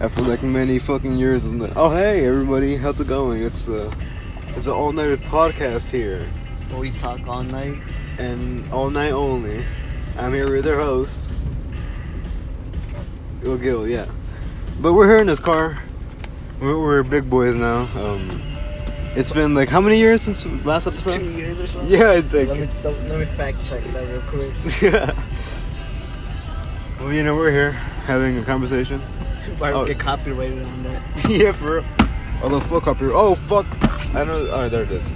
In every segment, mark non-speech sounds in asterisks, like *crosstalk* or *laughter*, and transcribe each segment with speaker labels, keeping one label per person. Speaker 1: after like many fucking years. And oh hey everybody, how's it going? It's uh, it's an all nighter podcast here,
Speaker 2: We talk all night.
Speaker 1: and all night only. I'm here with their host, Gil Gil, yeah. But we're here in this car. We're, we're big boys now. Um, it's been like how many years since last
Speaker 2: Two
Speaker 1: episode?
Speaker 2: years or something.
Speaker 1: *laughs* Yeah, I think.
Speaker 2: Let me don't- let me fact check that real
Speaker 1: *laughs*
Speaker 2: quick.
Speaker 1: yeah. Well, you know we're here having a conversation.
Speaker 2: Why
Speaker 1: Oh.
Speaker 2: we get copyrighted on that?
Speaker 1: *laughs* yeah, for real. Although fuck up here. Oh fuck! I know. All right, there it is.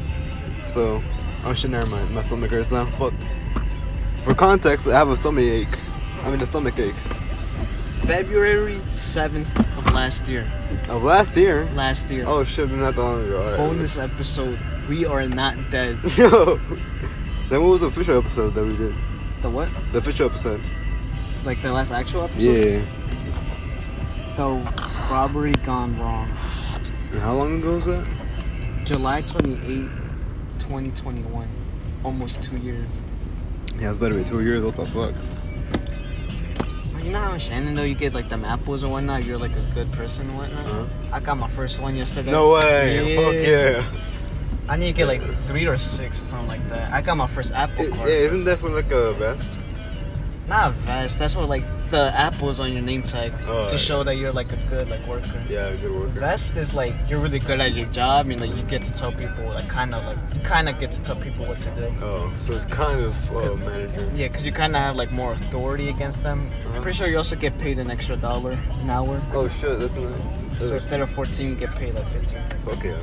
Speaker 1: So, oh shit, never mind. My stomach hurts now. Fuck. For context, I have a stomach ache. I mean, a stomach ache.
Speaker 2: February seventh of last year.
Speaker 1: Of last year.
Speaker 2: Last year.
Speaker 1: Oh shit, not that long ago. All right.
Speaker 2: Bonus episode. We are not dead.
Speaker 1: *laughs* Yo. Then what was the official episode that we did?
Speaker 2: The what?
Speaker 1: The official episode.
Speaker 2: Like the last actual episode.
Speaker 1: Yeah.
Speaker 2: The robbery gone wrong.
Speaker 1: And how long ago was that?
Speaker 2: July twenty eighth, 2021. Almost two years.
Speaker 1: Yeah, it's better be two years. What the fuck?
Speaker 2: You know how in Shenandoah you get like the apples and whatnot. You're like a good person and whatnot.
Speaker 1: Uh-huh.
Speaker 2: I got my first one yesterday.
Speaker 1: No way.
Speaker 2: Yeah.
Speaker 1: Fuck yeah.
Speaker 2: I need to get like three or six or something like that. I got my first Apple
Speaker 1: It- yeah.
Speaker 2: card.
Speaker 1: Isn't that for like a vest?
Speaker 2: Not vest. That's what like the apples on your name tag
Speaker 1: Oh,
Speaker 2: to
Speaker 1: yeah.
Speaker 2: show that you're like a good like worker.
Speaker 1: Yeah, good worker.
Speaker 2: Vest is like you're really good at your job and like you get to tell people like kind of like you kind of get to tell people what to do.
Speaker 1: Oh, so it's kind of uh, manager.
Speaker 2: Yeah, because you kind of have like more authority against them.
Speaker 1: Uh-huh.
Speaker 2: I'm pretty sure you also get paid an extra dollar an hour.
Speaker 1: Oh shit, that's nice.
Speaker 2: So
Speaker 1: That's,
Speaker 2: instead of 14, you get paid like 15.
Speaker 1: fuck yeah.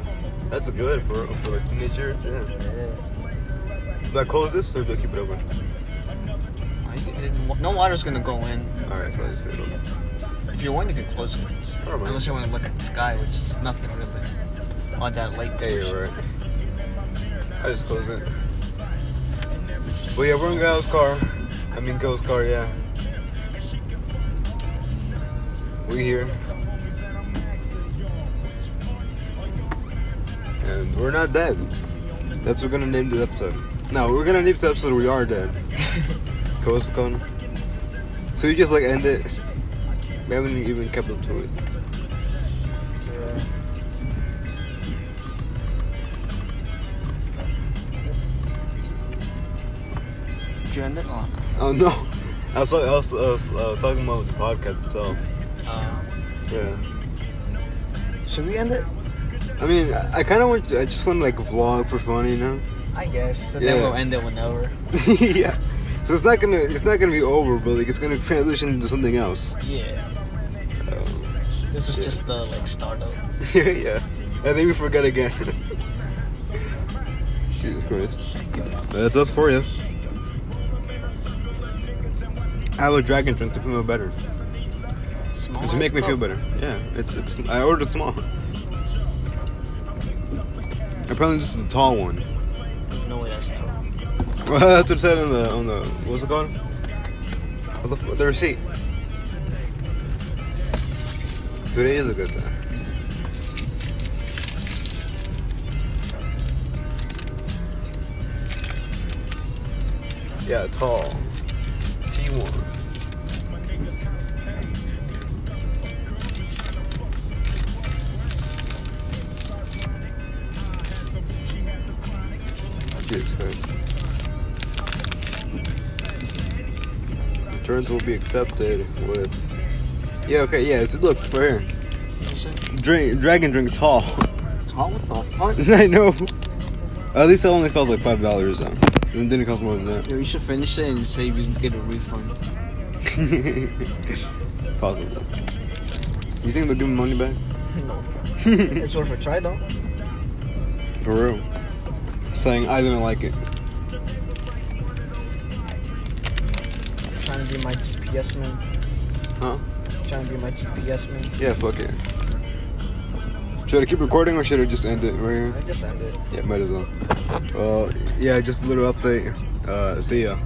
Speaker 1: That's good for, for like teenagers, yeah. Do I close this or do I keep it open?
Speaker 2: No water's gonna go in.
Speaker 1: Alright, so I just leave it open.
Speaker 2: If you want, you can close it.
Speaker 1: I don't mind.
Speaker 2: Unless you want to look at the sky, which is nothing really. All that light.
Speaker 1: Yeah, you're right. I just close it. But yeah, we're in Gal's car. I mean, Gil's car, yeah. We here. And we're not dead. That's what we're gonna name this episode. No, we're gonna name this episode We Are Dead. Coast Con. So you just like end it. We haven't even kept up to it.
Speaker 2: Did you end it on?
Speaker 1: Oh no. I was, I was, I was uh, talking about the podcast itself. Yeah.
Speaker 2: Um, should we end it?
Speaker 1: I mean, I, I kind of want. I just want to like vlog for fun, you know. *laughs*
Speaker 2: I guess. So
Speaker 1: Yeah.
Speaker 2: Then we'll end it whenever.
Speaker 1: yeah. So it's not gonna. It's not gonna be over, but like it's gonna transition into something else.
Speaker 2: Yeah.
Speaker 1: Um,
Speaker 2: This was
Speaker 1: Yeah.
Speaker 2: just the like startup.
Speaker 1: *laughs* yeah. And then we forget again. *laughs* Jesus Christ. That's us for you. I have a dragon drink to feel better.
Speaker 2: Small
Speaker 1: It's to make me feel better. Yeah, it's it's. I ordered small. Apparently, this is a tall one.
Speaker 2: No way, that's
Speaker 1: *laughs*
Speaker 2: tough.
Speaker 1: Well, that's what it said on the on the what's it called? On the, the receipt. Today is a good day. Yeah, tall. T1. Jesus Christ. Returns will be accepted with. Yeah, okay, yeah, it's, look, right here. Drink, dragon drink tall. *laughs*
Speaker 2: Tall? What the fuck?
Speaker 1: I know. At least it only cost like $5 though. It didn't cost more than that. *laughs*
Speaker 2: Yo, you should finish it and say we can get a refund. *laughs*
Speaker 1: Possibly. You think they'll give me money back? *laughs*
Speaker 2: it's worth a try though.
Speaker 1: For real. Saying I didn't like it.
Speaker 2: Trying to be my GPS man.
Speaker 1: Huh?
Speaker 2: Trying to be my GPS man.
Speaker 1: Yeah, fuck it. Should I keep recording or should I just end it right here?
Speaker 2: I just ended.
Speaker 1: Yeah, might as well. Uh, yeah, just a little update. Uh, see ya.